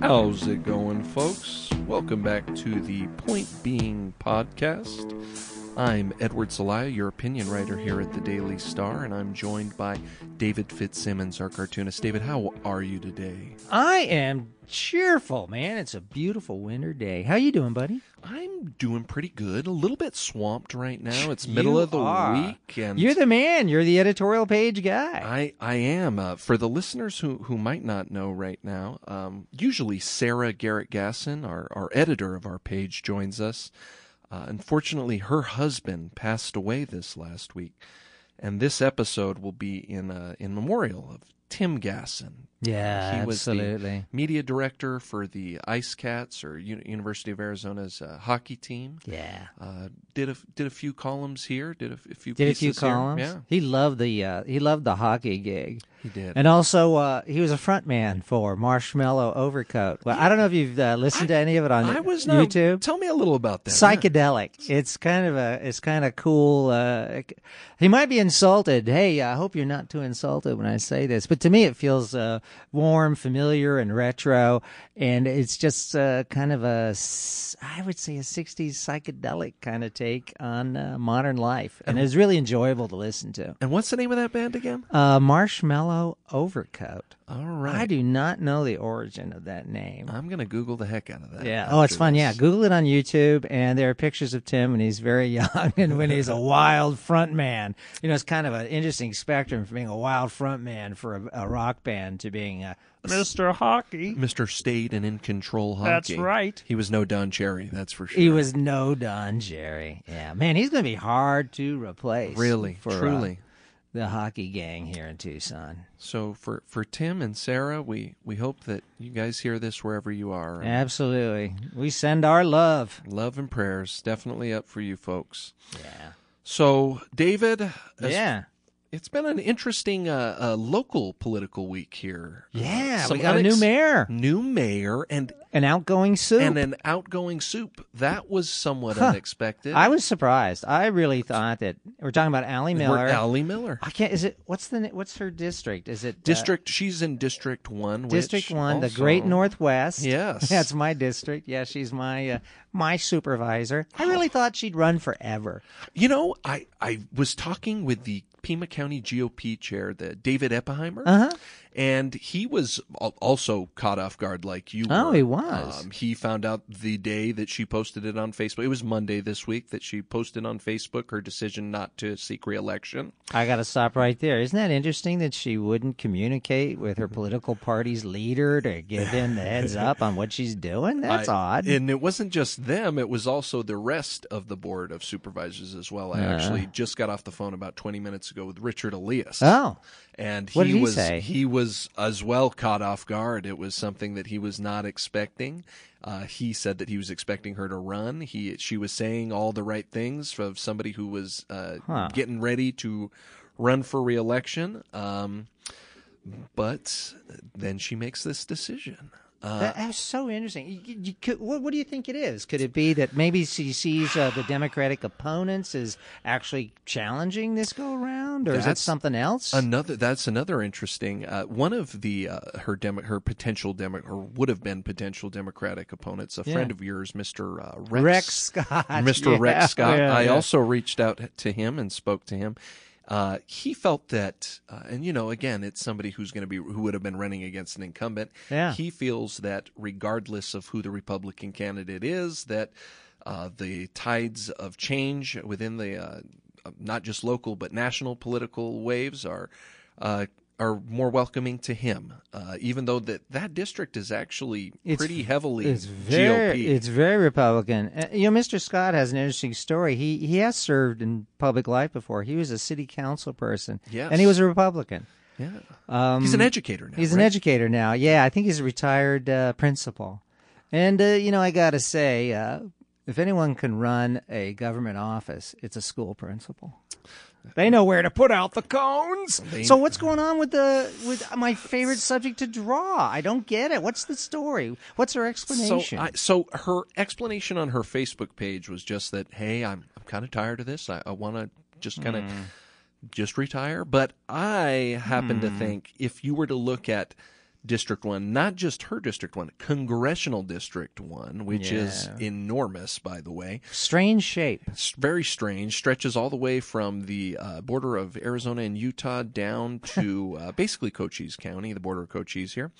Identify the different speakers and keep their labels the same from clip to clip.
Speaker 1: How's it going, folks? Welcome back to the Point Being Podcast. I'm Edward Salaya, your opinion writer here at the Daily Star, and I'm joined by David Fitzsimmons, our cartoonist. David, how are you today?
Speaker 2: I am cheerful, man. It's a beautiful winter day. How you doing, buddy?
Speaker 1: I'm doing pretty good. A little bit swamped right now. It's middle
Speaker 2: You
Speaker 1: of the
Speaker 2: are.
Speaker 1: week, and
Speaker 2: You're the man. You're the editorial page guy.
Speaker 1: I, I am. Uh, for the listeners who, who might not know right now, um, usually Sarah Garrett Gasson, our, our editor of our page, joins us. Uh, unfortunately, her husband passed away this last week, and this episode will be in uh, in memorial of Tim Gasson.
Speaker 2: yeah,
Speaker 1: he was the-
Speaker 2: absolutely.
Speaker 1: Media director for the Ice Cats or U- University of Arizona's uh, hockey team.
Speaker 2: yeah.
Speaker 1: Uh, did a did a few columns here. Did a, f- a few
Speaker 2: Did a
Speaker 1: pieces
Speaker 2: few
Speaker 1: here.
Speaker 2: columns.
Speaker 1: Yeah,
Speaker 2: He loved the uh, he loved the hockey gig.
Speaker 1: he did.
Speaker 2: And also, uh, he was a front man for Marshmallow Overcoat. Well, I don't know if you've uh, listened to any of it on
Speaker 1: I was not,
Speaker 2: YouTube.
Speaker 1: Tell me a little about that.
Speaker 2: psychedelic. It's kind of a it's kind of cool. Uh, he might be insulted. Hey, I hope you're not too insulted when I say this, but to me it feels uh, warm, familiar, and retro, and it's just uh, kind of a s- I would say a '60s psychedelic kind of take on uh, modern life, and it's really enjoyable to listen to.
Speaker 1: And what's the name of that band again?
Speaker 2: Uh, Marshmallow Overcoat.
Speaker 1: All
Speaker 2: I
Speaker 1: right.
Speaker 2: do not know the origin of that name.
Speaker 1: I'm going to Google the heck out of that.
Speaker 2: Yeah. Oh, it's
Speaker 1: after
Speaker 2: fun.
Speaker 1: this.
Speaker 2: Yeah. Google it on YouTube, and there are pictures of Tim when he's very young and when he's a wild front man. You know, it's kind of an interesting spectrum from being a wild front man for a, a rock band to being a
Speaker 3: Mr. Hockey.
Speaker 1: Mr. Stayed and in control hockey.
Speaker 3: That's right.
Speaker 1: He was no Don Cherry, that's for sure.
Speaker 2: he was no Don Jerry. Yeah, man, he's going to be hard to replace.
Speaker 1: really,
Speaker 2: for, uh,
Speaker 1: truly.
Speaker 2: the hockey gang here in Tucson.
Speaker 1: So for for Tim and Sarah, we we hope that you guys hear this wherever you are. And
Speaker 2: Absolutely, we send our love.
Speaker 1: Love and prayers definitely up for you folks.
Speaker 2: Yeah.
Speaker 1: So, David, as-
Speaker 2: Yeah.
Speaker 1: it's been an interesting uh, uh, local political week here. Uh,
Speaker 2: Yeah,
Speaker 1: some
Speaker 2: we got a new
Speaker 1: unex-
Speaker 2: mayor,
Speaker 1: New mayor and
Speaker 2: an outgoing soup.
Speaker 1: and an outgoing soup. That was somewhat unexpected.
Speaker 2: I was surprised. I really thought that we're talking about Allie Miller.
Speaker 1: We're Allie Miller.
Speaker 2: I can't. Is it what's the na- what's her district? Is it uh,
Speaker 1: District. she's in District One. which
Speaker 2: District One, the
Speaker 1: also-
Speaker 2: Great Northwest.
Speaker 1: Yes.
Speaker 2: that's my district. Yeah, she's my uh, my supervisor. I really thought she'd run forever.
Speaker 1: You know, I I was talking with the Pima County GOP chair, the David Eppheimer,
Speaker 2: Uh huh.
Speaker 1: and he was al- also caught off guard, like you.
Speaker 2: Oh,
Speaker 1: were.
Speaker 2: he was.
Speaker 1: Um, he found out the day that she posted it on Facebook. It was Monday this week that she posted on Facebook her decision not to seek reelection.
Speaker 2: I got to stop right there. Isn't that interesting that she wouldn't communicate with her political party's leader to give him the heads up on what she's doing? That's
Speaker 1: I-
Speaker 2: odd.
Speaker 1: And it wasn't just them, it was also the rest of the board of supervisors as well. I actually just got off the phone about 20 minutes ago with Richard Elias.
Speaker 2: Uh-huh. oh,
Speaker 1: And he,
Speaker 2: What did he
Speaker 1: was
Speaker 2: say?
Speaker 1: he was as well caught off guard. It was something that he was not expecting. Uh, he said that he was expecting her to run. He she was saying all the right things of somebody who was uh,
Speaker 2: Huh.
Speaker 1: getting ready to run for reelection. Um, but then she makes this decision.
Speaker 2: That- that's so interesting. You, you- you could, what, what do you think it is? Could it be that maybe she sees uh, the Democratic opponents as actually challenging this go around, or is it
Speaker 1: That's
Speaker 2: something else?
Speaker 1: Another that's another interesting uh, one of the uh, her demo, her potential demo, or would have been potential Democratic opponents. A friend of yours, Mister uh, Rex,
Speaker 2: Rex Scott,
Speaker 1: Mr.
Speaker 2: Yeah.
Speaker 1: Rex Scott.
Speaker 2: Yeah,
Speaker 1: I
Speaker 2: yeah.
Speaker 1: also reached out to him and spoke to him. Uh, he felt that, uh, and you know, again, it's somebody who's going to be who would have been running against an incumbent.
Speaker 2: Yeah.
Speaker 1: He feels that regardless of who the Republican candidate is, that uh, the tides of change within the uh, not just local but national political waves are. Uh, are more welcoming to him, uh, even though that that district is actually
Speaker 2: It's-
Speaker 1: pretty heavily
Speaker 2: It's very,
Speaker 1: GOP.
Speaker 2: it's very Republican. Uh, you know, Mr. Scott has an interesting story. He he has served in public life before. He was a city council person,
Speaker 1: Yes.
Speaker 2: and he was a Republican.
Speaker 1: yeah. he's an educator now.
Speaker 2: um, He's an
Speaker 1: right?
Speaker 2: educator now. Yeah, I think he's a retired uh, principal. And uh, you know, I gotta say, uh, if anyone can run a government office, it's a school principal. They know where to put out the cones. So what's going on with the with my favorite subject to draw? I don't get it. What's the story? What's her
Speaker 1: So,
Speaker 2: explanation?
Speaker 1: I, so her explanation on her Facebook page was just that, hey, I'm I'm kind of tired of this. I, I want to just kind of
Speaker 2: Hmm. Hmm.
Speaker 1: just retire. But I happen to think if you were to look at District 1, not just her District 1, Congressional District 1, which is
Speaker 2: Yeah.
Speaker 1: enormous, by the way.
Speaker 2: Strange shape.
Speaker 1: It's very strange, stretches all the way from the uh, border of Arizona and Utah down to uh, basically Cochise County, the border of Cochise here.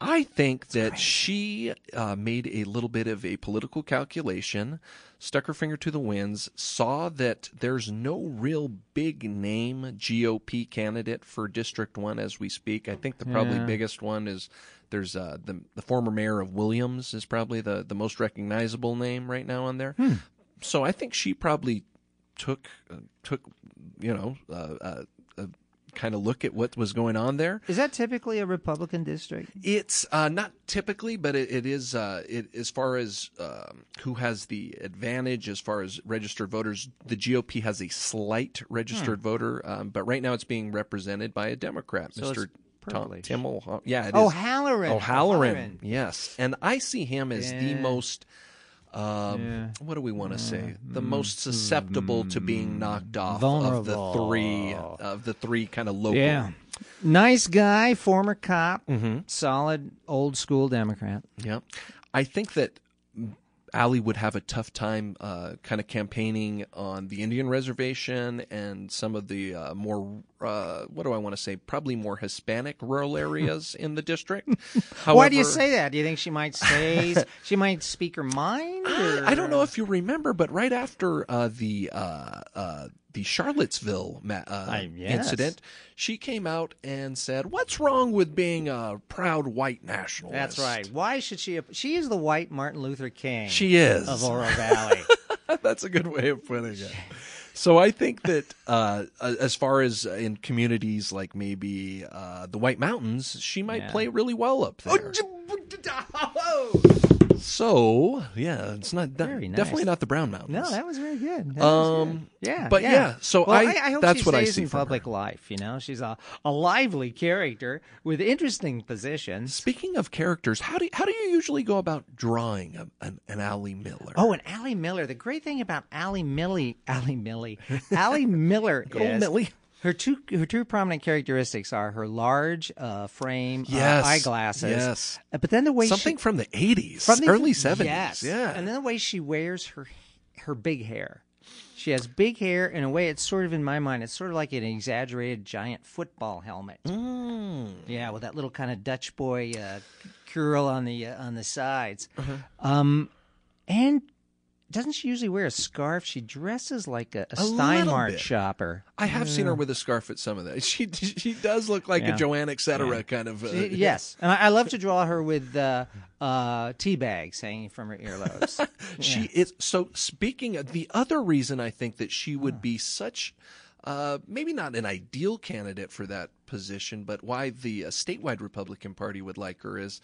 Speaker 1: I think that she uh, made a little bit of a political calculation, stuck her finger to the winds, saw that there's no real big name GOP candidate for District 1 as we speak. I think the probably
Speaker 2: Yeah.
Speaker 1: biggest one is there's uh, the, the former mayor of Williams is probably the, the most recognizable name right now on there. So I think she probably took, uh, took you know, uh, uh, uh, kind of look at what was going on there.
Speaker 2: Is that typically a Republican district?
Speaker 1: It's uh, not typically, but it, it is. Uh, it, as far as um, who has the advantage, as far as registered voters, the GOP has a slight registered voter, um, but right now it's being represented by a Democrat,
Speaker 2: Hmm. So it's
Speaker 1: Mr. Tom
Speaker 2: privileged. Oh,
Speaker 1: Timmel. Yeah, it is.
Speaker 2: O'Halloran.
Speaker 1: O'Halloran. Oh, Yes, and I see him as the
Speaker 2: Yeah.
Speaker 1: most. Um,
Speaker 2: Yeah. Mm-hmm.
Speaker 1: What do we want to say? The most susceptible to being knocked off of the
Speaker 2: Vulnerable.
Speaker 1: three of the three kind of local.
Speaker 2: Yeah. Mm-hmm. Nice guy, former cop, solid old school Democrat.
Speaker 1: Yeah. I think that Ali would have a tough time uh, kind of campaigning on the Indian reservation and some of the uh, more, uh, what do I want to say, probably more Hispanic rural areas in the district.
Speaker 2: Why do you
Speaker 1: However,
Speaker 2: say that? Do you think she might say she might speak her mind? Or?
Speaker 1: I don't know if you remember, but right after uh, the uh, uh, the Charlottesville ma- uh,
Speaker 2: I- yes.
Speaker 1: incident, she came out and said, "What's wrong with being a proud white nationalist?"
Speaker 2: That's right. Why should she? She is the white Martin Luther King.
Speaker 1: She is
Speaker 2: of Oro Valley.
Speaker 1: That's a good way of putting it. So I think that uh, as far as in communities like maybe uh, the White Mountains, she might
Speaker 2: Yeah.
Speaker 1: play really well up
Speaker 2: Oh,
Speaker 1: there. So yeah, it's not
Speaker 2: Very nice.
Speaker 1: definitely not the Brown Mountains.
Speaker 2: no, that was very good. That was
Speaker 1: um,
Speaker 2: good. yeah,
Speaker 1: but yeah, so
Speaker 2: Well,
Speaker 1: I-
Speaker 2: hope
Speaker 1: that's
Speaker 2: she
Speaker 1: what I
Speaker 2: stays
Speaker 1: see
Speaker 2: in
Speaker 1: from her.
Speaker 2: public life. You know, she's a, a lively character with interesting positions.
Speaker 1: Speaking of characters, how do how do you usually go about drawing a, an, an Ally Miller?
Speaker 2: Oh, and Allie Miller. The great thing about Allie Millie, Allie Millie, Allie Miller
Speaker 1: old
Speaker 2: is
Speaker 1: Millie.
Speaker 2: her two her two prominent characteristics are her large uh, frame uh,
Speaker 1: Yes,
Speaker 2: eyeglasses.
Speaker 1: yes.
Speaker 2: Uh, but then the way
Speaker 1: something
Speaker 2: she,
Speaker 1: from the eighties,
Speaker 2: from the-
Speaker 1: early seventies.
Speaker 2: Yes.
Speaker 1: Yeah,
Speaker 2: And then the way she wears her her big hair. She has big hair in a way. It's sort of in my mind. It's sort of like an exaggerated giant football helmet.
Speaker 1: Mm.
Speaker 2: Yeah, with that little kind of Dutch boy uh, curl on the uh, on the sides.
Speaker 1: Uh-huh.
Speaker 2: Um, and doesn't she usually wear a scarf? She dresses like a, a,
Speaker 1: little
Speaker 2: Steinmark
Speaker 1: bit.
Speaker 2: shopper.
Speaker 1: I have seen her with a scarf at some of that. She she does look like
Speaker 2: Yeah.
Speaker 1: a Joanne etc. kind of. Uh,
Speaker 2: Y- Yes, and I, I love to draw her with uh, uh, tea bags hanging from her earlobes.
Speaker 1: She is so. Speaking of the other reason, I think that she
Speaker 2: Hmm.
Speaker 1: would be such, uh, maybe not an ideal candidate for that position, but why the uh, statewide Republican Party would like her is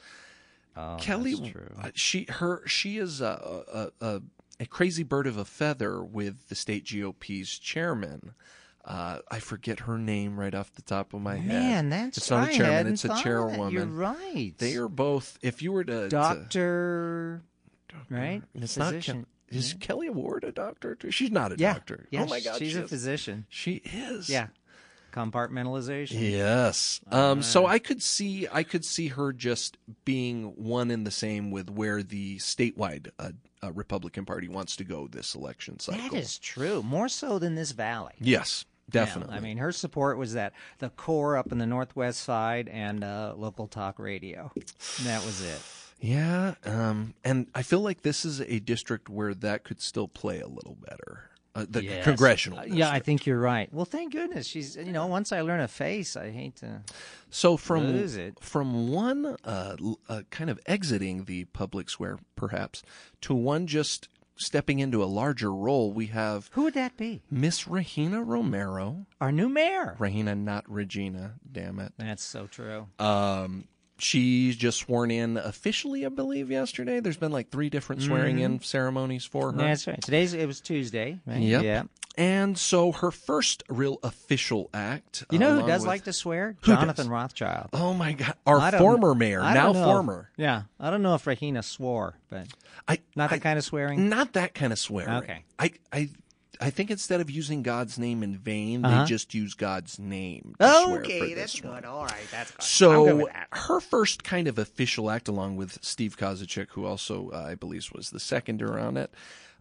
Speaker 2: Oh,
Speaker 1: Kelly. uh, she her she is a a, a a crazy bird of a feather with the state GOP's chairman. Uh, I forget her name right off the top of my head.
Speaker 2: Man, that's
Speaker 1: it's not
Speaker 2: I
Speaker 1: a chairman;
Speaker 2: hadn't
Speaker 1: it's a
Speaker 2: thought of that.
Speaker 1: chairwoman.
Speaker 2: You're right.
Speaker 1: They are both. If you were to, to-
Speaker 2: doctor, right?
Speaker 1: it's not
Speaker 2: Physician.
Speaker 1: Kelly. Is Kelly Ward a doctor? Too? She's not a
Speaker 2: yeah.
Speaker 1: doctor.
Speaker 2: Yeah,
Speaker 1: oh my God,
Speaker 2: she's
Speaker 1: she
Speaker 2: a
Speaker 1: is.
Speaker 2: physician.
Speaker 1: She is.
Speaker 2: Yeah, compartmentalization.
Speaker 1: Yes. Um. So I could see, I could see her just being one and the same with where the statewide uh, uh, Republican Party wants to go this election cycle.
Speaker 2: That is true. More so than this valley.
Speaker 1: Yes,
Speaker 2: Yeah,
Speaker 1: definitely.
Speaker 2: I mean, her support was that the core up in the northwest side and uh, local talk radio. And that was it.
Speaker 1: Yeah, um, and I feel like this is a district where that could still play a little better. Uh, the
Speaker 2: Yes.
Speaker 1: congressional.
Speaker 2: Uh,
Speaker 1: district.
Speaker 2: yeah, I think you're right. Well, thank goodness she's. You know, once I learn a face, I hate to.
Speaker 1: So from
Speaker 2: Lose it.
Speaker 1: from one uh, l- uh, kind of exiting the public square, perhaps, to one just stepping into a larger role, we have
Speaker 2: Who would that be?
Speaker 1: Miss Rahina Romero.
Speaker 2: Our new mayor.
Speaker 1: Rahina, not Regina. Damn it.
Speaker 2: That's so true.
Speaker 1: Um, she's just sworn in officially, I believe, yesterday. There's been like three different
Speaker 2: Mm-hmm.
Speaker 1: swearing in ceremonies for her.
Speaker 2: That's right. Today's it was Tuesday. Right?
Speaker 1: Yep.
Speaker 2: Yeah.
Speaker 1: And so her first real official act.
Speaker 2: You know who
Speaker 1: Uh, along
Speaker 2: does
Speaker 1: with-
Speaker 2: like to swear?
Speaker 1: Who does?
Speaker 2: Jonathan Rothschild.
Speaker 1: Oh my God!
Speaker 2: I
Speaker 1: Our
Speaker 2: don't-
Speaker 1: former mayor,
Speaker 2: I
Speaker 1: now
Speaker 2: don't know if-
Speaker 1: former.
Speaker 2: yeah, I don't know if Rahina swore, but
Speaker 1: I
Speaker 2: not
Speaker 1: I,
Speaker 2: that kind of swearing.
Speaker 1: Not that kind of swearing.
Speaker 2: Okay.
Speaker 1: I I I think instead of using God's name in vain,
Speaker 2: Uh-huh.
Speaker 1: they just use God's name. to swear for
Speaker 2: Okay,
Speaker 1: this
Speaker 2: that's
Speaker 1: one.
Speaker 2: good. All right, that's good. I'm good
Speaker 1: So
Speaker 2: with that.
Speaker 1: her first kind of official act, along with Steve Kozaczek, who also uh, I believe was the seconder on it,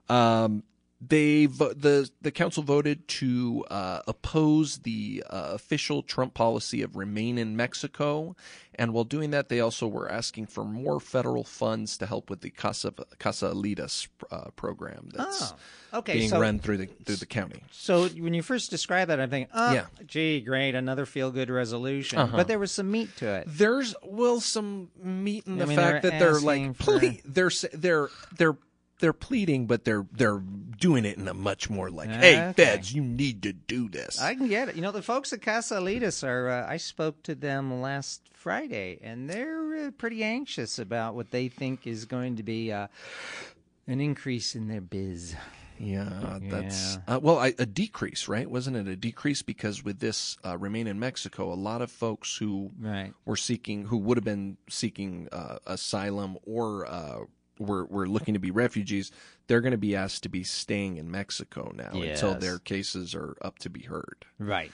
Speaker 1: um, they vo- the the council voted to uh, oppose the uh, official Trump policy of remain in Mexico, and while doing that, they also were asking for more federal funds to help with the Casa Casa Alitas uh, program that's
Speaker 2: Oh, okay.
Speaker 1: being
Speaker 2: so,
Speaker 1: run through the through the county.
Speaker 2: so when you first describe that, I'm thinking, oh,
Speaker 1: Yeah.
Speaker 2: gee, great, another feel good resolution.
Speaker 1: Uh-huh.
Speaker 2: But there was some meat to it.
Speaker 1: There's well some meat in
Speaker 2: I
Speaker 1: the
Speaker 2: mean,
Speaker 1: fact
Speaker 2: they're
Speaker 1: that they're
Speaker 2: asking
Speaker 1: like
Speaker 2: for-
Speaker 1: ple- they're s- they're they're they're pleading, but they're they're doing it in a much more like, hey,
Speaker 2: Ah, Okay.
Speaker 1: feds, you need to do this.
Speaker 2: I can get it. You know, the folks at Casa Alitas are. Uh, I spoke to them last Friday, and they're uh, pretty anxious about what they think is going to be uh, an increase in their biz.
Speaker 1: yeah, that's Uh, well, I, a decrease, right? Wasn't it a decrease because with this uh, remain in Mexico, a lot of folks who
Speaker 2: Right.
Speaker 1: were seeking who would have been seeking uh, asylum or uh, were were looking to be refugees, they're going to be asked to be staying in Mexico now until
Speaker 2: Yes.
Speaker 1: their cases are up to be heard.
Speaker 2: Right.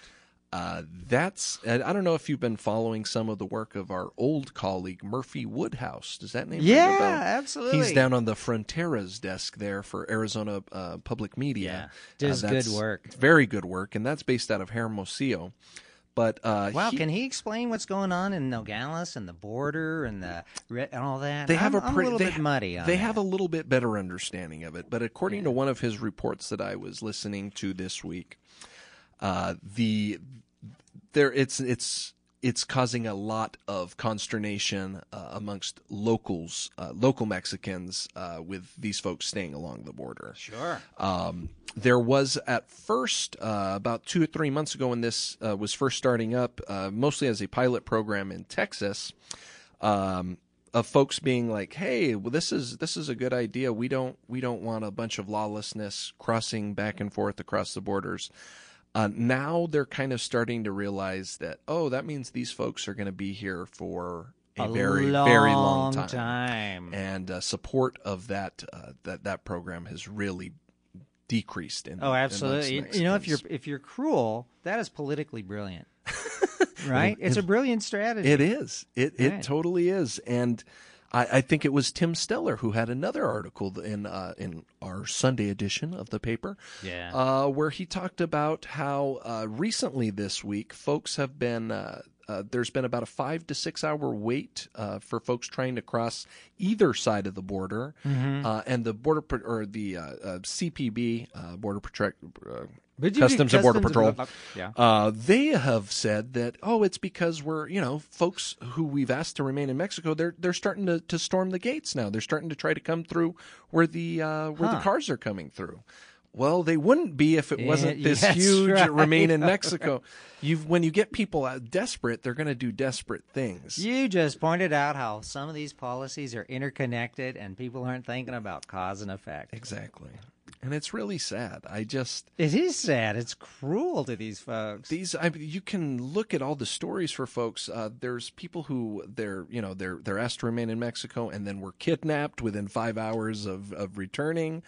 Speaker 1: Uh, that's and I don't know if you've been following some of the work of our old colleague Murphy Woodhouse. Does that name
Speaker 2: Yeah,
Speaker 1: ring a bell?
Speaker 2: absolutely.
Speaker 1: He's down on the Fronteras desk there for Arizona uh, Public Media.
Speaker 2: Yeah, does
Speaker 1: Uh,
Speaker 2: good
Speaker 1: that's-
Speaker 2: work.
Speaker 1: it's Very good work, and that's based out of Hermosillo. But uh,
Speaker 2: Wow,
Speaker 1: he-
Speaker 2: can he explain what's going on in Nogales and the border and the re- and all that?
Speaker 1: they have
Speaker 2: I'm,
Speaker 1: a
Speaker 2: I'm
Speaker 1: pretty
Speaker 2: little
Speaker 1: they,
Speaker 2: bit muddy. On
Speaker 1: they
Speaker 2: that.
Speaker 1: have a little bit better understanding of it but according to one of his reports that i was listening to this week uh, the there it's it's it's causing a lot of consternation uh, amongst locals uh, local mexicans uh, with these folks staying along the border
Speaker 2: sure.
Speaker 1: um, there was at first uh, about two or three months ago when this uh, was first starting up, uh, mostly as a pilot program in Texas, um, of folks being like, "Hey, well, this is this is a good idea. We don't we don't want a bunch of lawlessness crossing back and forth across the borders." Uh, now they're kind of starting to realize that oh, that means these folks are going to be here for a, very very long time
Speaker 2: time.
Speaker 1: and uh, support of that uh, that that program has really decreased. In
Speaker 2: Oh,
Speaker 1: amongst
Speaker 2: absolutely. You- You know, if you're
Speaker 1: Mexicans.
Speaker 2: if you're cruel, that is politically brilliant, right? it's a brilliant strategy.
Speaker 1: it is it it
Speaker 2: Right.
Speaker 1: totally is, and I, I think it was Tim Steller who had another article in uh, in our Sunday edition of the paper,
Speaker 2: Yeah.
Speaker 1: uh, where he talked about how uh, recently this week folks have been. Uh, uh, there's been about a five to six hour wait uh, for folks trying to cross either side of the border, uh, and the border pro- or the uh, uh, CPB uh, border protect. Uh,
Speaker 2: But you do
Speaker 1: Customs and Border Patrol.
Speaker 2: Yeah.
Speaker 1: uh, they have said that oh, it's because we're you know folks who we've asked to remain in Mexico. They're they're starting to, to storm the gates now. They're starting to try to come through where the uh, where the cars are coming through. Well, they wouldn't be if it wasn't
Speaker 2: Yeah,
Speaker 1: this
Speaker 2: that's
Speaker 1: huge
Speaker 2: right.
Speaker 1: remain in Mexico. You've when you get people out desperate, they're going to do desperate things.
Speaker 2: You just pointed out how some of these policies are interconnected, and people aren't thinking about cause and effect.
Speaker 1: Exactly, and it's really sad. I just
Speaker 2: It is sad. It's cruel to these folks.
Speaker 1: these I, mean, you can look at all the stories for folks uh, there's people who they're you know they're they're asked to remain in mexico and then were kidnapped within five hours of of returning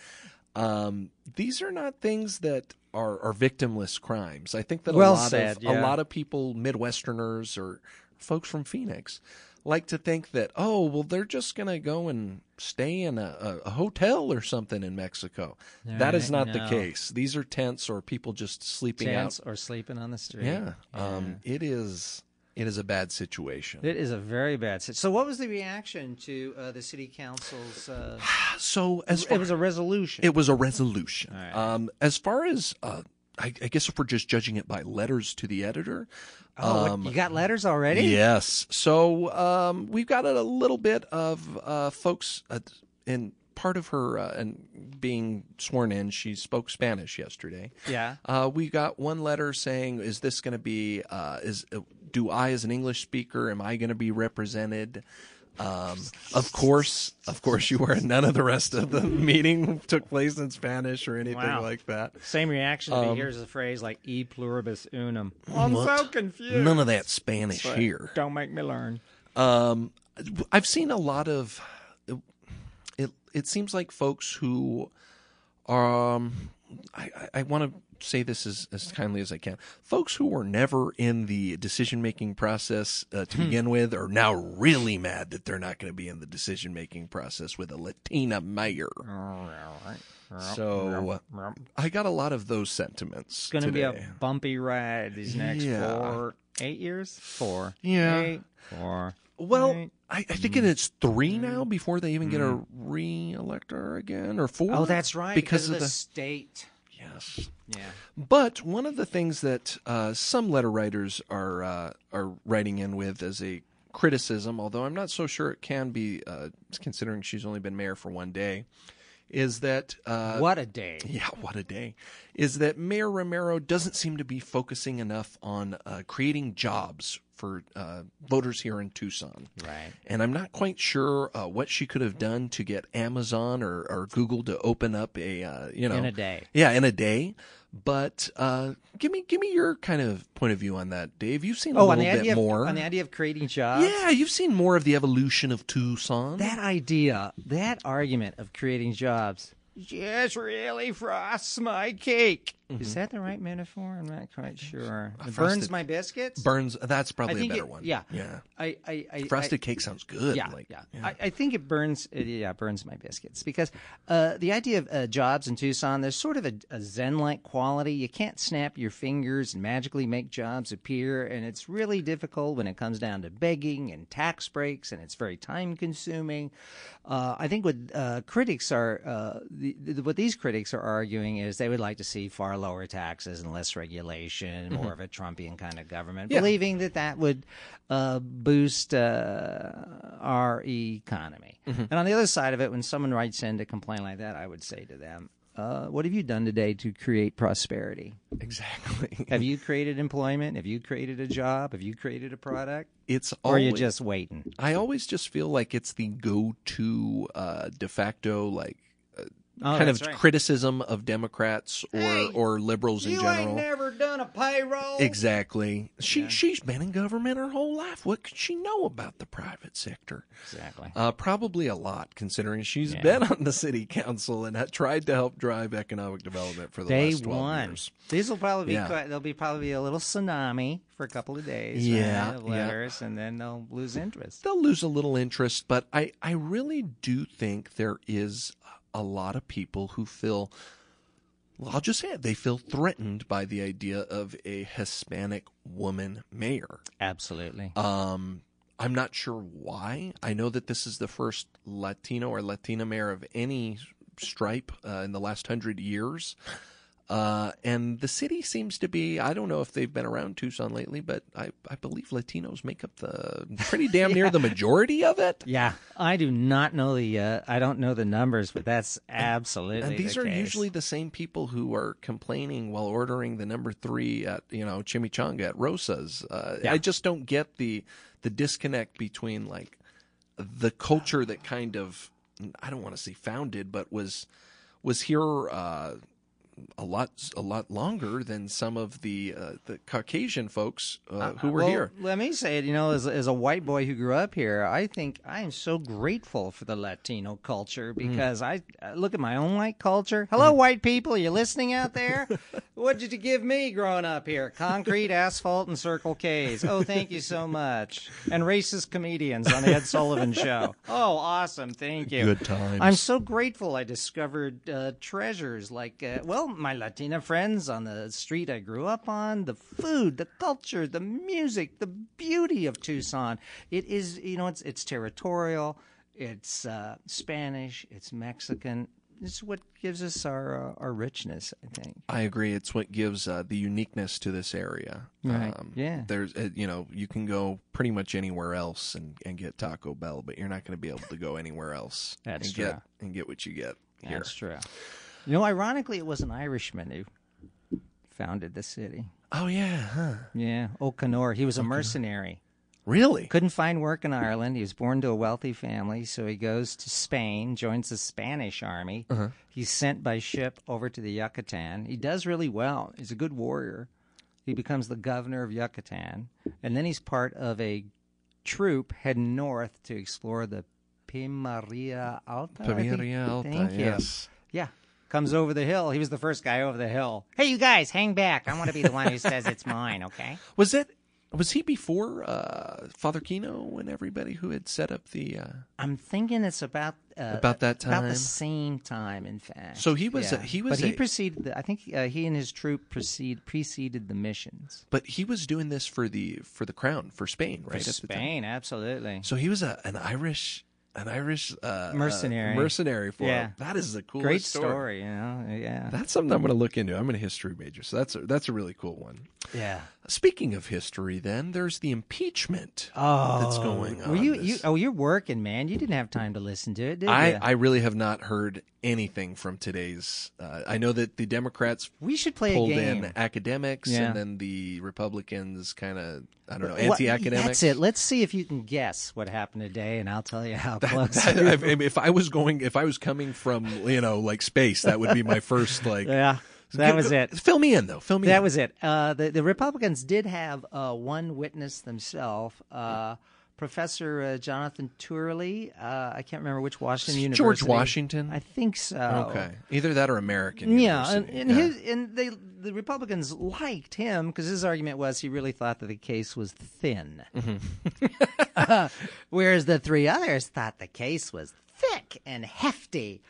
Speaker 1: um, these are not things that are are victimless crimes i think that
Speaker 2: Well
Speaker 1: a lot
Speaker 2: said,
Speaker 1: of a
Speaker 2: yeah.
Speaker 1: lot of people midwesterners or folks from phoenix like to think that oh well they're just going to go and stay in a, a, a hotel or something in mexico that is
Speaker 2: Right,
Speaker 1: not the
Speaker 2: no.
Speaker 1: case these are tents or people just sleeping out
Speaker 2: Chance or sleeping on the street.
Speaker 1: yeah. Um, it is it is a bad situation.
Speaker 2: It is a very bad situation. So, what was the reaction to uh, the city council's? Uh,
Speaker 1: so as far,
Speaker 2: it was a resolution.
Speaker 1: it was a resolution.
Speaker 2: right.
Speaker 1: Um, as far as uh, I, I guess if we're just judging it by letters to the editor,
Speaker 2: oh, what-
Speaker 1: um,
Speaker 2: you got letters already?
Speaker 1: Yes. So um, we've got a little bit of uh, folks uh, in part of her uh, and being sworn in. She spoke Spanish yesterday.
Speaker 2: Yeah.
Speaker 1: Uh, we got one letter saying, "Is this going to be? Uh, is uh, do I, as an English speaker, am I going to be represented?" Um, of course, of course, you were. None of the rest of the meeting took place in Spanish or anything
Speaker 2: Wow.
Speaker 1: like that.
Speaker 2: Same reaction to me. Here's a phrase like "e pluribus unum." Um, I'm so confused.
Speaker 1: None of that Spanish here.
Speaker 2: Don't make me learn.
Speaker 1: Um, I've seen a lot of. It, it seems like folks who, um, I, I, I want to say this as, as kindly as I can. Folks who were never in the decision making process uh,
Speaker 2: Hmm.
Speaker 1: to begin with are now really mad that they're not going to be in the decision making process with a Latina mayor. So uh, I got a lot of those sentiments.
Speaker 2: It's going to be
Speaker 1: today.
Speaker 2: a bumpy ride these next
Speaker 1: Yeah.
Speaker 2: four, eight years? Four.
Speaker 1: Yeah.
Speaker 2: Eight, four.
Speaker 1: Well,
Speaker 2: Right. Mm-hmm.
Speaker 1: I, I think it is three now before they even get a re-elector again or four.
Speaker 2: Oh, that's right.
Speaker 1: Because, of, the,
Speaker 2: state.
Speaker 1: yes.
Speaker 2: Yeah.
Speaker 1: But one of the things that uh, some letter writers are uh, are writing in with as a criticism, although I'm not so sure it can be, uh, considering she's only been mayor for one day, is that uh,
Speaker 2: what a day.
Speaker 1: yeah, what a day. Is that Mayor Romero doesn't seem to be focusing enough on uh, creating jobs for uh, voters here in Tucson.
Speaker 2: Right.
Speaker 1: And I'm not quite sure uh, what she could have done to get Amazon or, or Google to open up a, uh, you know.
Speaker 2: In a day.
Speaker 1: Yeah, in a day. But uh, give me give me your kind of point of view on that, Dave. You've seen a
Speaker 2: Oh, on
Speaker 1: little
Speaker 2: the
Speaker 1: bit
Speaker 2: idea
Speaker 1: more.
Speaker 2: Of, on the idea of creating jobs.
Speaker 1: yeah, you've seen more of the evolution of Tucson.
Speaker 2: That idea, that argument of creating jobs, just really frosts my cake. Is that the right metaphor? I'm not quite sure. It burns
Speaker 1: Mm-hmm. frosted-
Speaker 2: my biscuits.
Speaker 1: Burns. That's
Speaker 2: I
Speaker 1: probably a
Speaker 2: think
Speaker 1: better
Speaker 2: it-
Speaker 1: one.
Speaker 2: Yeah,
Speaker 1: yeah.
Speaker 2: I, I, I
Speaker 1: Frosted
Speaker 2: I-
Speaker 1: cake sounds good.
Speaker 2: yeah,
Speaker 1: like,
Speaker 2: yeah. I, I think it burns. It, yeah, burns my biscuits because uh, the idea of uh, jobs in Tucson, there's sort of a, a zen-like quality. You can't snap your fingers and magically make jobs appear, and it's really difficult when it comes down to begging and tax breaks, and it's very time-consuming. Uh, I think what uh, critics are, uh, the, the, what these critics are arguing is they would like to see far lower taxes and less regulation,
Speaker 1: Mm-hmm.
Speaker 2: more of a Trumpian kind of government, believing that that would uh, boost uh, our economy.
Speaker 1: Mm-hmm.
Speaker 2: And on the other side of it, when someone writes in to complain like that, I would say to them, uh, "What have you done today to create prosperity?
Speaker 1: Exactly.
Speaker 2: Have you created employment? Have you created a job? Have you created a product?
Speaker 1: It's
Speaker 2: Or are
Speaker 1: always,
Speaker 2: you just waiting?"
Speaker 1: I always just feel like it's the go-to uh, de facto like
Speaker 2: Oh,
Speaker 1: kind
Speaker 2: that's
Speaker 1: of
Speaker 2: right.
Speaker 1: criticism of Democrats or
Speaker 2: Hey,
Speaker 1: or liberals in
Speaker 2: You ain't
Speaker 1: general.
Speaker 2: never done a payroll.
Speaker 1: exactly. She she's been in government her whole life. What could she know about the private sector?
Speaker 2: Exactly.
Speaker 1: Uh, probably a lot, considering she's been on the city council and ha- tried to help drive economic development for the
Speaker 2: Day
Speaker 1: last twelve
Speaker 2: one.
Speaker 1: years.
Speaker 2: These will probably be
Speaker 1: Yeah.
Speaker 2: quite, there'll be probably a little tsunami for a couple of days. right,
Speaker 1: Yeah,
Speaker 2: of
Speaker 1: yeah.
Speaker 2: letters, and then they'll lose interest.
Speaker 1: they'll lose a little interest, but I, I really do think there is a lot of people who feel, well, I'll just say it, they feel threatened by the idea of a Hispanic woman mayor.
Speaker 2: Absolutely.
Speaker 1: Um, I'm not sure why. I know that this is the first Latino or Latina mayor of any stripe uh, in the last hundred years. Uh, and the city seems to be, I don't know if they've been around Tucson lately, but I, I believe Latinos make up the pretty damn near the majority of it.
Speaker 2: yeah, I do not know the. Uh, I don't know the numbers, but that's absolutely.
Speaker 1: And these
Speaker 2: the
Speaker 1: are
Speaker 2: case.
Speaker 1: usually the same people who are complaining while ordering the number three at you know chimichanga at Rosa's. Uh, I just don't get the the disconnect between like the culture that kind of I don't want to say founded, but was was here uh, a lot a lot longer than some of the uh, the Caucasian folks uh, who were
Speaker 2: Well,
Speaker 1: here.
Speaker 2: Let me say it. You know, as, as a white boy who grew up here, I think I am so grateful for the Latino
Speaker 1: Mm.
Speaker 2: culture because I, I look at my own white culture. Hello, white people, you listening out there? what did you give me growing up here? Concrete, asphalt, and Circle K's. Oh, thank you so much. And racist comedians on the Ed Sullivan Show. Oh, awesome! Thank you.
Speaker 1: Good times.
Speaker 2: I'm so grateful I discovered uh, treasures like, uh, well, my Latina friends on the street I grew up on, the food, the culture, the music, the beauty of Tucson. It is, you know, it's, it's territorial, it's uh, Spanish, it's Mexican. It's what gives us our uh, our richness, I think.
Speaker 1: I agree. It's what gives uh, the uniqueness to this area.
Speaker 2: Right. Yeah.
Speaker 1: There's, uh, you know, you can go pretty much anywhere else and, and get Taco Bell, but you're not going to be able to go anywhere else
Speaker 2: That's
Speaker 1: and
Speaker 2: true.
Speaker 1: get and get what you get here.
Speaker 2: That's true. You know, ironically, it was an Irishman who founded the city.
Speaker 1: Oh yeah, huh?
Speaker 2: Yeah, O'Connor. He was a mercenary.
Speaker 1: Really?
Speaker 2: Couldn't find work in Ireland. He was born to a wealthy family, so he goes to Spain, joins the Spanish army.
Speaker 1: Uh-huh.
Speaker 2: He's sent by ship over to the Yucatan. He does really well. He's a good warrior. He becomes the governor of Yucatan, and then he's part of a troop heading north to explore the Pimaria Alta. I think.
Speaker 1: Pimeria Alta,
Speaker 2: Thank you.
Speaker 1: yes.
Speaker 2: Yeah. comes over the hill. He was the first guy over the hill. Hey, you guys, hang back. I want to be the one who says it's mine, okay?
Speaker 1: Was that was he before uh, Father Kino and everybody who had set up the? Uh,
Speaker 2: I'm thinking it's about uh,
Speaker 1: About that
Speaker 2: about
Speaker 1: time?
Speaker 2: the same time, in fact.
Speaker 1: So he was a- he was
Speaker 2: but he
Speaker 1: a-
Speaker 2: preceded. The, I think uh, he and his troop precede preceded the missions.
Speaker 1: but he was doing this for the for the crown for Spain, right? at the time.
Speaker 2: Spain, absolutely.
Speaker 1: So he was a, an Irish an Irish uh,
Speaker 2: Mercenary.
Speaker 1: uh, mercenary for
Speaker 2: Yeah.
Speaker 1: him. That is a cool
Speaker 2: Great story, you know. Yeah,
Speaker 1: That's something I'm going to look into. I'm a history major, so that's a, that's a really cool one.
Speaker 2: yeah.
Speaker 1: Speaking of history, then there's the impeachment that's going on.
Speaker 2: Oh. Were you,
Speaker 1: this-
Speaker 2: you? Oh, you're working, man. You didn't have time to listen to it, did
Speaker 1: I,
Speaker 2: you?
Speaker 1: I really have not heard anything from today's. Uh, I know that the Democrats
Speaker 2: we should play
Speaker 1: pulled
Speaker 2: a game.
Speaker 1: in academics,
Speaker 2: Yeah.
Speaker 1: and then the Republicans kind of I don't know
Speaker 2: Well,
Speaker 1: anti-academics.
Speaker 2: That's it. Let's see if you can guess what happened today, and I'll tell you how close. you-
Speaker 1: I mean, if I was going, if I was coming from you know like space, that would be my first like.
Speaker 2: yeah, that was it.
Speaker 1: Fill me in though. Fill me.
Speaker 2: That
Speaker 1: in.
Speaker 2: was it. Uh, the, the Republicans did have uh, one witness themselves. Uh, Professor uh, Jonathan Turley, uh, I can't remember which Washington
Speaker 1: George
Speaker 2: University.
Speaker 1: Washington?
Speaker 2: I think so.
Speaker 1: okay. Either that or American.
Speaker 2: Yeah, and,
Speaker 1: University.
Speaker 2: and his and they the Republicans liked him because his argument was he really thought that the case was thin, Mm-hmm. whereas the three others thought the case was thick and hefty.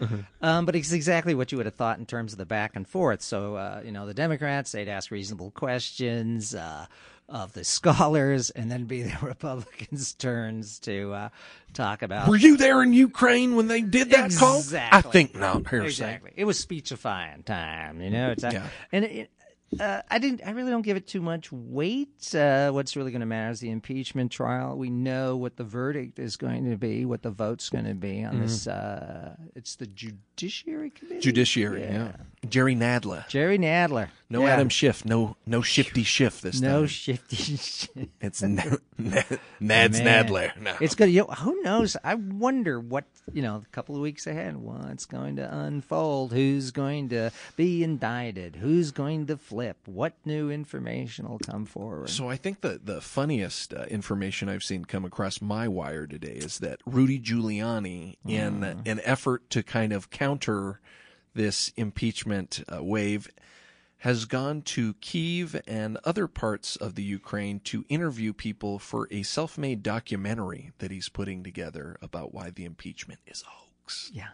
Speaker 2: Um, but it's exactly what you would have thought in terms of the back and forth. So uh, you know, the Democrats they'd ask reasonable questions. Uh, of the scholars, and then be the Republicans' turns to uh, talk about
Speaker 1: Were you there in Ukraine when they did that call? I
Speaker 2: Exactly.
Speaker 1: think not. Hearsay.
Speaker 2: Exactly. It was speechifying time, you know. It's,
Speaker 1: Yeah.
Speaker 2: And it, uh, I didn't. I really don't give it too much weight. Uh, what's really going to matter is the impeachment trial. We know what the verdict is going to be, what the vote's going to be on this.
Speaker 1: Mm-hmm.
Speaker 2: Uh, it's the Judiciary Committee.
Speaker 1: Judiciary. Yeah. Jerry Nadler.
Speaker 2: Jerry Nadler.
Speaker 1: No
Speaker 2: Yeah.
Speaker 1: Adam Schiff. No no shifty Schiff this
Speaker 2: No
Speaker 1: time.
Speaker 2: shifty shit.
Speaker 1: it's N- N- Nads
Speaker 2: Man.
Speaker 1: Nadler. No.
Speaker 2: It's good. You know, who knows? I wonder what you know. A couple of weeks ahead, what's going to unfold? Who's going to be indicted? Who's going to flip? What new information will come forward?
Speaker 1: So I think the the funniest uh, information I've seen come across my wire today is that Rudy Giuliani, in an effort to kind of counter this impeachment uh, wave, has gone to Kiev and other parts of the Ukraine to interview people for a self-made documentary that he's putting together about why the impeachment is a hoax.
Speaker 2: yeah,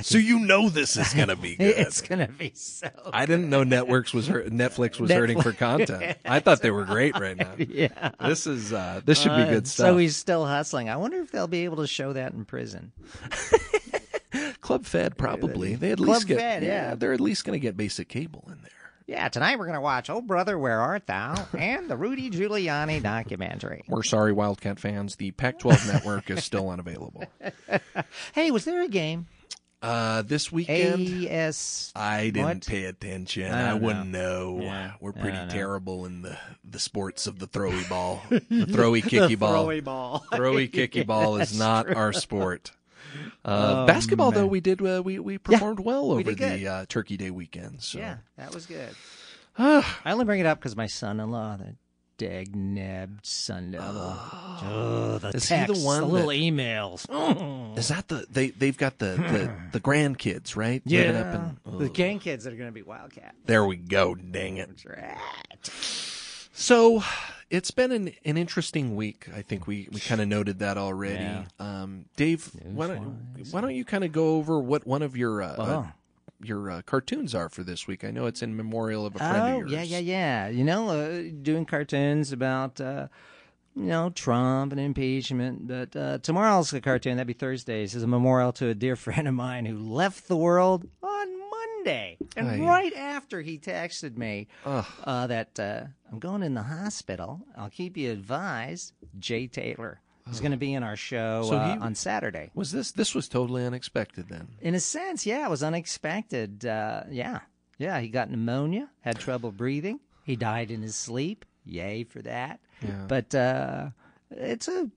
Speaker 1: So you know this is going to be good.
Speaker 2: it's gonna be so.
Speaker 1: I didn't know networks was hurt, Netflix was hurting for content. I thought they were great right now.
Speaker 2: Yeah.
Speaker 1: This is uh, this should be good
Speaker 2: So
Speaker 1: stuff.
Speaker 2: he's still hustling. I wonder if they'll be able to show that in prison.
Speaker 1: Club Fed probably. They at
Speaker 2: Club
Speaker 1: least get
Speaker 2: Fed, yeah.
Speaker 1: They're at least going to get basic cable in there.
Speaker 2: Yeah, tonight we're gonna watch "Oh Brother, Where Art Thou" and the Rudy Giuliani documentary.
Speaker 1: We're sorry, Wildcat fans. The Pac-12 network is still unavailable.
Speaker 2: Hey, was there a game?
Speaker 1: Uh, this weekend,
Speaker 2: AES.
Speaker 1: I didn't
Speaker 2: What?
Speaker 1: pay attention.
Speaker 2: I
Speaker 1: I,
Speaker 2: don't
Speaker 1: wouldn't know.
Speaker 2: Yeah,
Speaker 1: We're
Speaker 2: I
Speaker 1: pretty
Speaker 2: don't know.
Speaker 1: terrible in the the sports of the throwy ball, the throwy kicky ball.
Speaker 2: Throwy ball.
Speaker 1: Throwy kicky ball is not our sport.
Speaker 2: Oh,
Speaker 1: Uh, basketball, though, we did uh, we we performed well over
Speaker 2: did good.
Speaker 1: the uh, Turkey Day weekend. So
Speaker 2: Yeah, that was good. I only bring it up because my son-in-law, the dag-nabbed son-in-law, oh, the
Speaker 1: Is he the
Speaker 2: text,
Speaker 1: one
Speaker 2: the little
Speaker 1: that-
Speaker 2: emails. Mm.
Speaker 1: is that the they they've got the the, the grandkids right? Living up
Speaker 2: Yeah,
Speaker 1: in-
Speaker 2: the gang kids that are going to be wildcat.
Speaker 1: there we go. Dang it.
Speaker 2: That's right.
Speaker 1: So it's been an, an interesting week. I think we, we kind of noted that already.
Speaker 2: Yeah.
Speaker 1: Um, Dave, why don't, why don't you kind of go over what one of your uh, uh,
Speaker 2: Well.
Speaker 1: your uh, cartoons are for this week? I know it's in memorial of a friend
Speaker 2: Oh,
Speaker 1: of yours.
Speaker 2: yeah, yeah, yeah. You know, uh, doing cartoons about, uh, you know, Trump and impeachment. But uh, tomorrow's a cartoon, that'd be Thursday's, is a memorial to a dear friend of mine who left the world on Monday. And
Speaker 1: Aye.
Speaker 2: right after he texted me
Speaker 1: Ugh.
Speaker 2: uh, that uh, I'm going in the hospital, I'll keep you advised, Jay Taylor. is going to be in our show
Speaker 1: So
Speaker 2: uh,
Speaker 1: he-
Speaker 2: on Saturday.
Speaker 1: Was this this was totally unexpected then?
Speaker 2: In a sense, yeah, it was unexpected. Uh, yeah, yeah, he got pneumonia, had trouble breathing. He died in his sleep. Yay for that!
Speaker 1: Yeah.
Speaker 2: But uh, it's a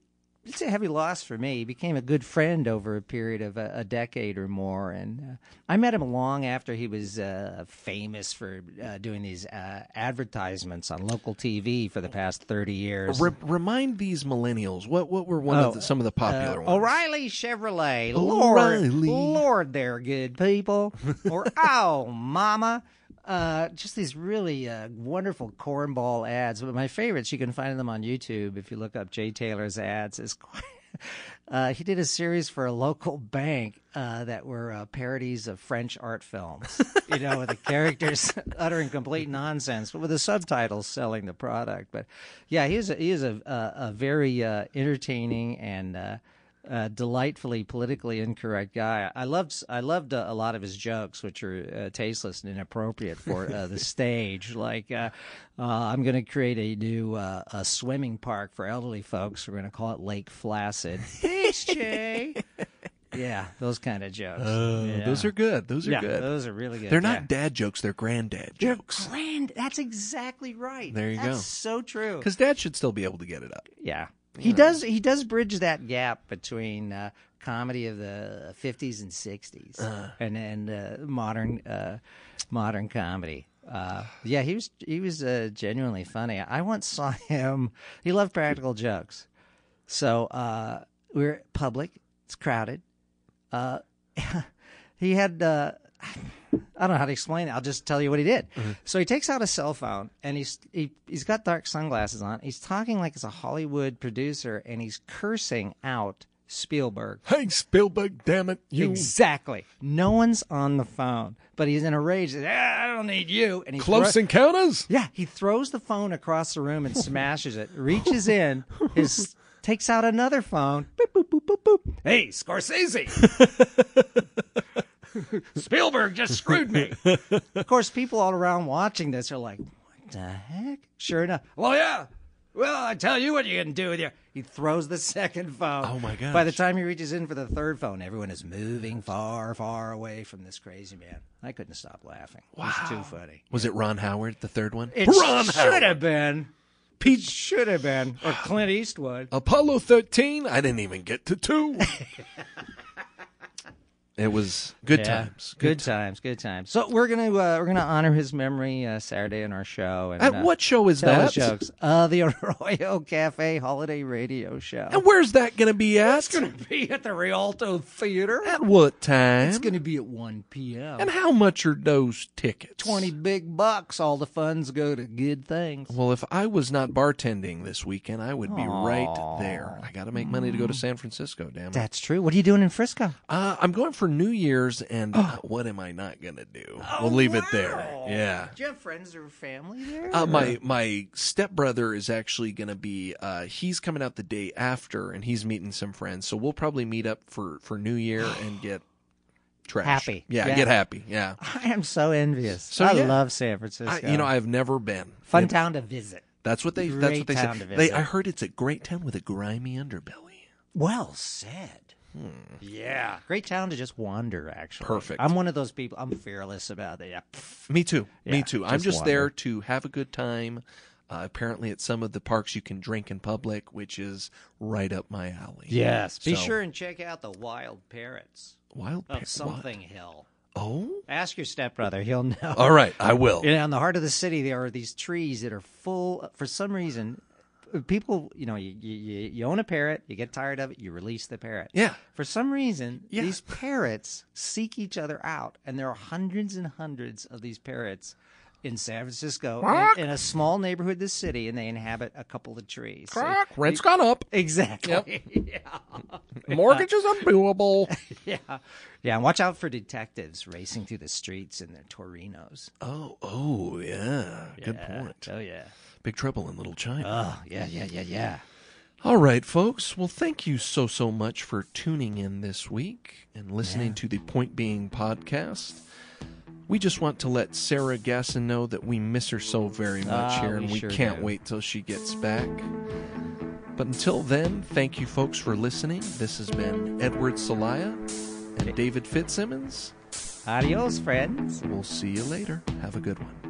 Speaker 2: it's a heavy loss for me. He became a good friend over a period of a, a decade or more, and uh, I met him long after he was uh, famous for uh, doing these uh, advertisements on local TV for the past thirty years.
Speaker 1: Re- remind these millennials what what were one of
Speaker 2: Oh,
Speaker 1: the, some of the popular
Speaker 2: Uh,
Speaker 1: ones.
Speaker 2: O'Reilly Chevrolet. Lord,
Speaker 1: O'Reilly.
Speaker 2: Lord, they're good people. or oh, mama. Uh, just these really uh, wonderful cornball ads. But my favorites, you can find them on YouTube if you look up Jay Taylor's ads. Is quite. Uh, he did a series for a local bank uh, that were uh, parodies of French art films, you know, with the characters uttering complete nonsense, but with the subtitles selling the product. But yeah, he is a, he is a a, a very uh, entertaining and uh, uh, delightfully politically incorrect guy. I loved I loved uh, a lot of his jokes, which are uh, tasteless and inappropriate for uh, the stage. Like, uh, uh, I'm going to create a new uh, a swimming park for elderly folks. We're going to call it Lake Flaccid. Thanks, Jay. yeah, those kind of jokes. yeah.
Speaker 1: Uh, Those are good. Those are
Speaker 2: yeah,
Speaker 1: good.
Speaker 2: Those are really good.
Speaker 1: They're not
Speaker 2: yeah.
Speaker 1: dad jokes. They're granddad jokes.
Speaker 2: grand. That's exactly right.
Speaker 1: There you
Speaker 2: That's
Speaker 1: go.
Speaker 2: So true.
Speaker 1: Because dad should still be able to get it up.
Speaker 2: Yeah. He does he does bridge that gap between uh, comedy of the 50s and 60s and and uh, modern uh, modern comedy. Uh, yeah, he was he was uh, genuinely funny. I once saw him. He loved practical jokes. So uh, we're public. It's crowded. Uh, he had uh, I don't know how to explain it. I'll just tell you what he did. So he takes out a cell phone and he's he, he's got dark sunglasses on. He's talking like he's a Hollywood producer and he's cursing out Spielberg.
Speaker 1: Hey, Spielberg, damn it. You
Speaker 2: Exactly. No one's on the phone, but he's in a rage. He says, "Ah, I don't need you. And he throws-
Speaker 1: encounters?
Speaker 2: yeah, he throws the phone across the room and smashes it. Reaches in, his takes out another phone. Boop, boop, boop, boop, boop. Hey, Scorsese! Spielberg just screwed me. of course, people all around watching this are like, "What the heck?" Sure enough, well, Oh, yeah. Well, I tell you what you can do with your. He throws the second phone.
Speaker 1: Oh, my
Speaker 2: By the
Speaker 1: gosh.
Speaker 2: time he reaches in for the third phone, everyone is moving far, far away from this crazy man. I couldn't stop laughing. Wow, it was too funny.
Speaker 1: Was it Ron Howard, the third one?
Speaker 2: It
Speaker 1: Ron
Speaker 2: should
Speaker 1: Howard.
Speaker 2: have been. Pete should have been. Or Clint Eastwood.
Speaker 1: Apollo 13? I didn't even get to two. it was good times.
Speaker 2: Good, times. Good times. So we're gonna uh, we're gonna honor his memory uh, Saturday in our show. And,
Speaker 1: At
Speaker 2: uh,
Speaker 1: what show is
Speaker 2: tell
Speaker 1: that?
Speaker 2: his jokes. Uh, the Arroyo Cafe Holiday Radio Show.
Speaker 1: And where's that going to be at?
Speaker 2: be at the Rialto Theater.
Speaker 1: At what time?
Speaker 2: It's gonna be at one p.m.
Speaker 1: and how much are those tickets?
Speaker 2: Twenty big bucks. All the funds go to good things.
Speaker 1: Well, if I was not bartending this weekend, I would be right there. I got to make money to go to San Francisco, damn it.
Speaker 2: That's true. What are you doing in Frisco?
Speaker 1: Uh, I'm going for New Year's,
Speaker 2: Oh.
Speaker 1: and uh, what am I not going to do? we'll leave it there. Yeah.
Speaker 2: Do you have friends or family there?
Speaker 1: Uh, my my stepbrother is actually going to be uh, he's coming out the day after and he's meeting some friends so we'll probably meet up for for new year and get trashed.
Speaker 2: Happy.
Speaker 1: yeah,
Speaker 2: Yeah.
Speaker 1: get happy yeah
Speaker 2: I am so envious.
Speaker 1: So,
Speaker 2: I
Speaker 1: yeah.
Speaker 2: love San Francisco.
Speaker 1: I, you know i've never been
Speaker 2: fun
Speaker 1: It-
Speaker 2: town to visit.
Speaker 1: that's what they that's
Speaker 2: Great
Speaker 1: what they
Speaker 2: town
Speaker 1: said
Speaker 2: to
Speaker 1: they
Speaker 2: visit.
Speaker 1: i heard it's a great town with a grimy underbelly
Speaker 2: Well said. Yeah, great town to just wander. Actually,
Speaker 1: Hmm. Perfect.
Speaker 2: I'm one of those people. I'm fearless about it. Yeah. Pff,
Speaker 1: me too me
Speaker 2: Yeah,
Speaker 1: too i'm
Speaker 2: just
Speaker 1: just
Speaker 2: water.
Speaker 1: there to have a good time uh, apparently at some of the parks you can drink in public which is right up my alley
Speaker 2: Yes. Be
Speaker 1: So-
Speaker 2: sure and check out the wild parrots
Speaker 1: wild
Speaker 2: of
Speaker 1: pa- what?
Speaker 2: Something Hill.
Speaker 1: oh
Speaker 2: Ask your stepbrother; he'll know.
Speaker 1: all right i will
Speaker 2: You know, in the heart of the city, there are these trees that are full. For some reason, people, you know, you, you, you- you own a parrot, you get tired of it, you release the parrot.
Speaker 1: Yeah.
Speaker 2: For some reason,
Speaker 1: Yeah.
Speaker 2: these parrots seek each other out, and there are hundreds and hundreds of these parrots in San Francisco, in, in a small neighborhood of the city, and they inhabit a couple of trees. So-
Speaker 1: rent's gone up
Speaker 2: exactly.
Speaker 1: Mortgages undoable.
Speaker 2: yeah. Yeah. And watch out for detectives racing through the streets in their Torinos.
Speaker 1: Oh, oh, yeah. Good point.
Speaker 2: Oh, yeah.
Speaker 1: Big trouble in Little China.
Speaker 2: Oh, yeah, yeah, yeah, yeah.
Speaker 1: All right, folks. Well, thank you so, so much for tuning in this week and listening to the Point Being podcast. We just want to let Sarah Gasson know that we miss her so very much
Speaker 2: Ah,
Speaker 1: here,
Speaker 2: we
Speaker 1: and we
Speaker 2: sure
Speaker 1: can't
Speaker 2: do.
Speaker 1: wait till she gets back. But until then, thank you, folks, for listening. This has been Edward Salaya and David Fitzsimmons.
Speaker 2: Adios, friends.
Speaker 1: We'll see you later. Have a good one.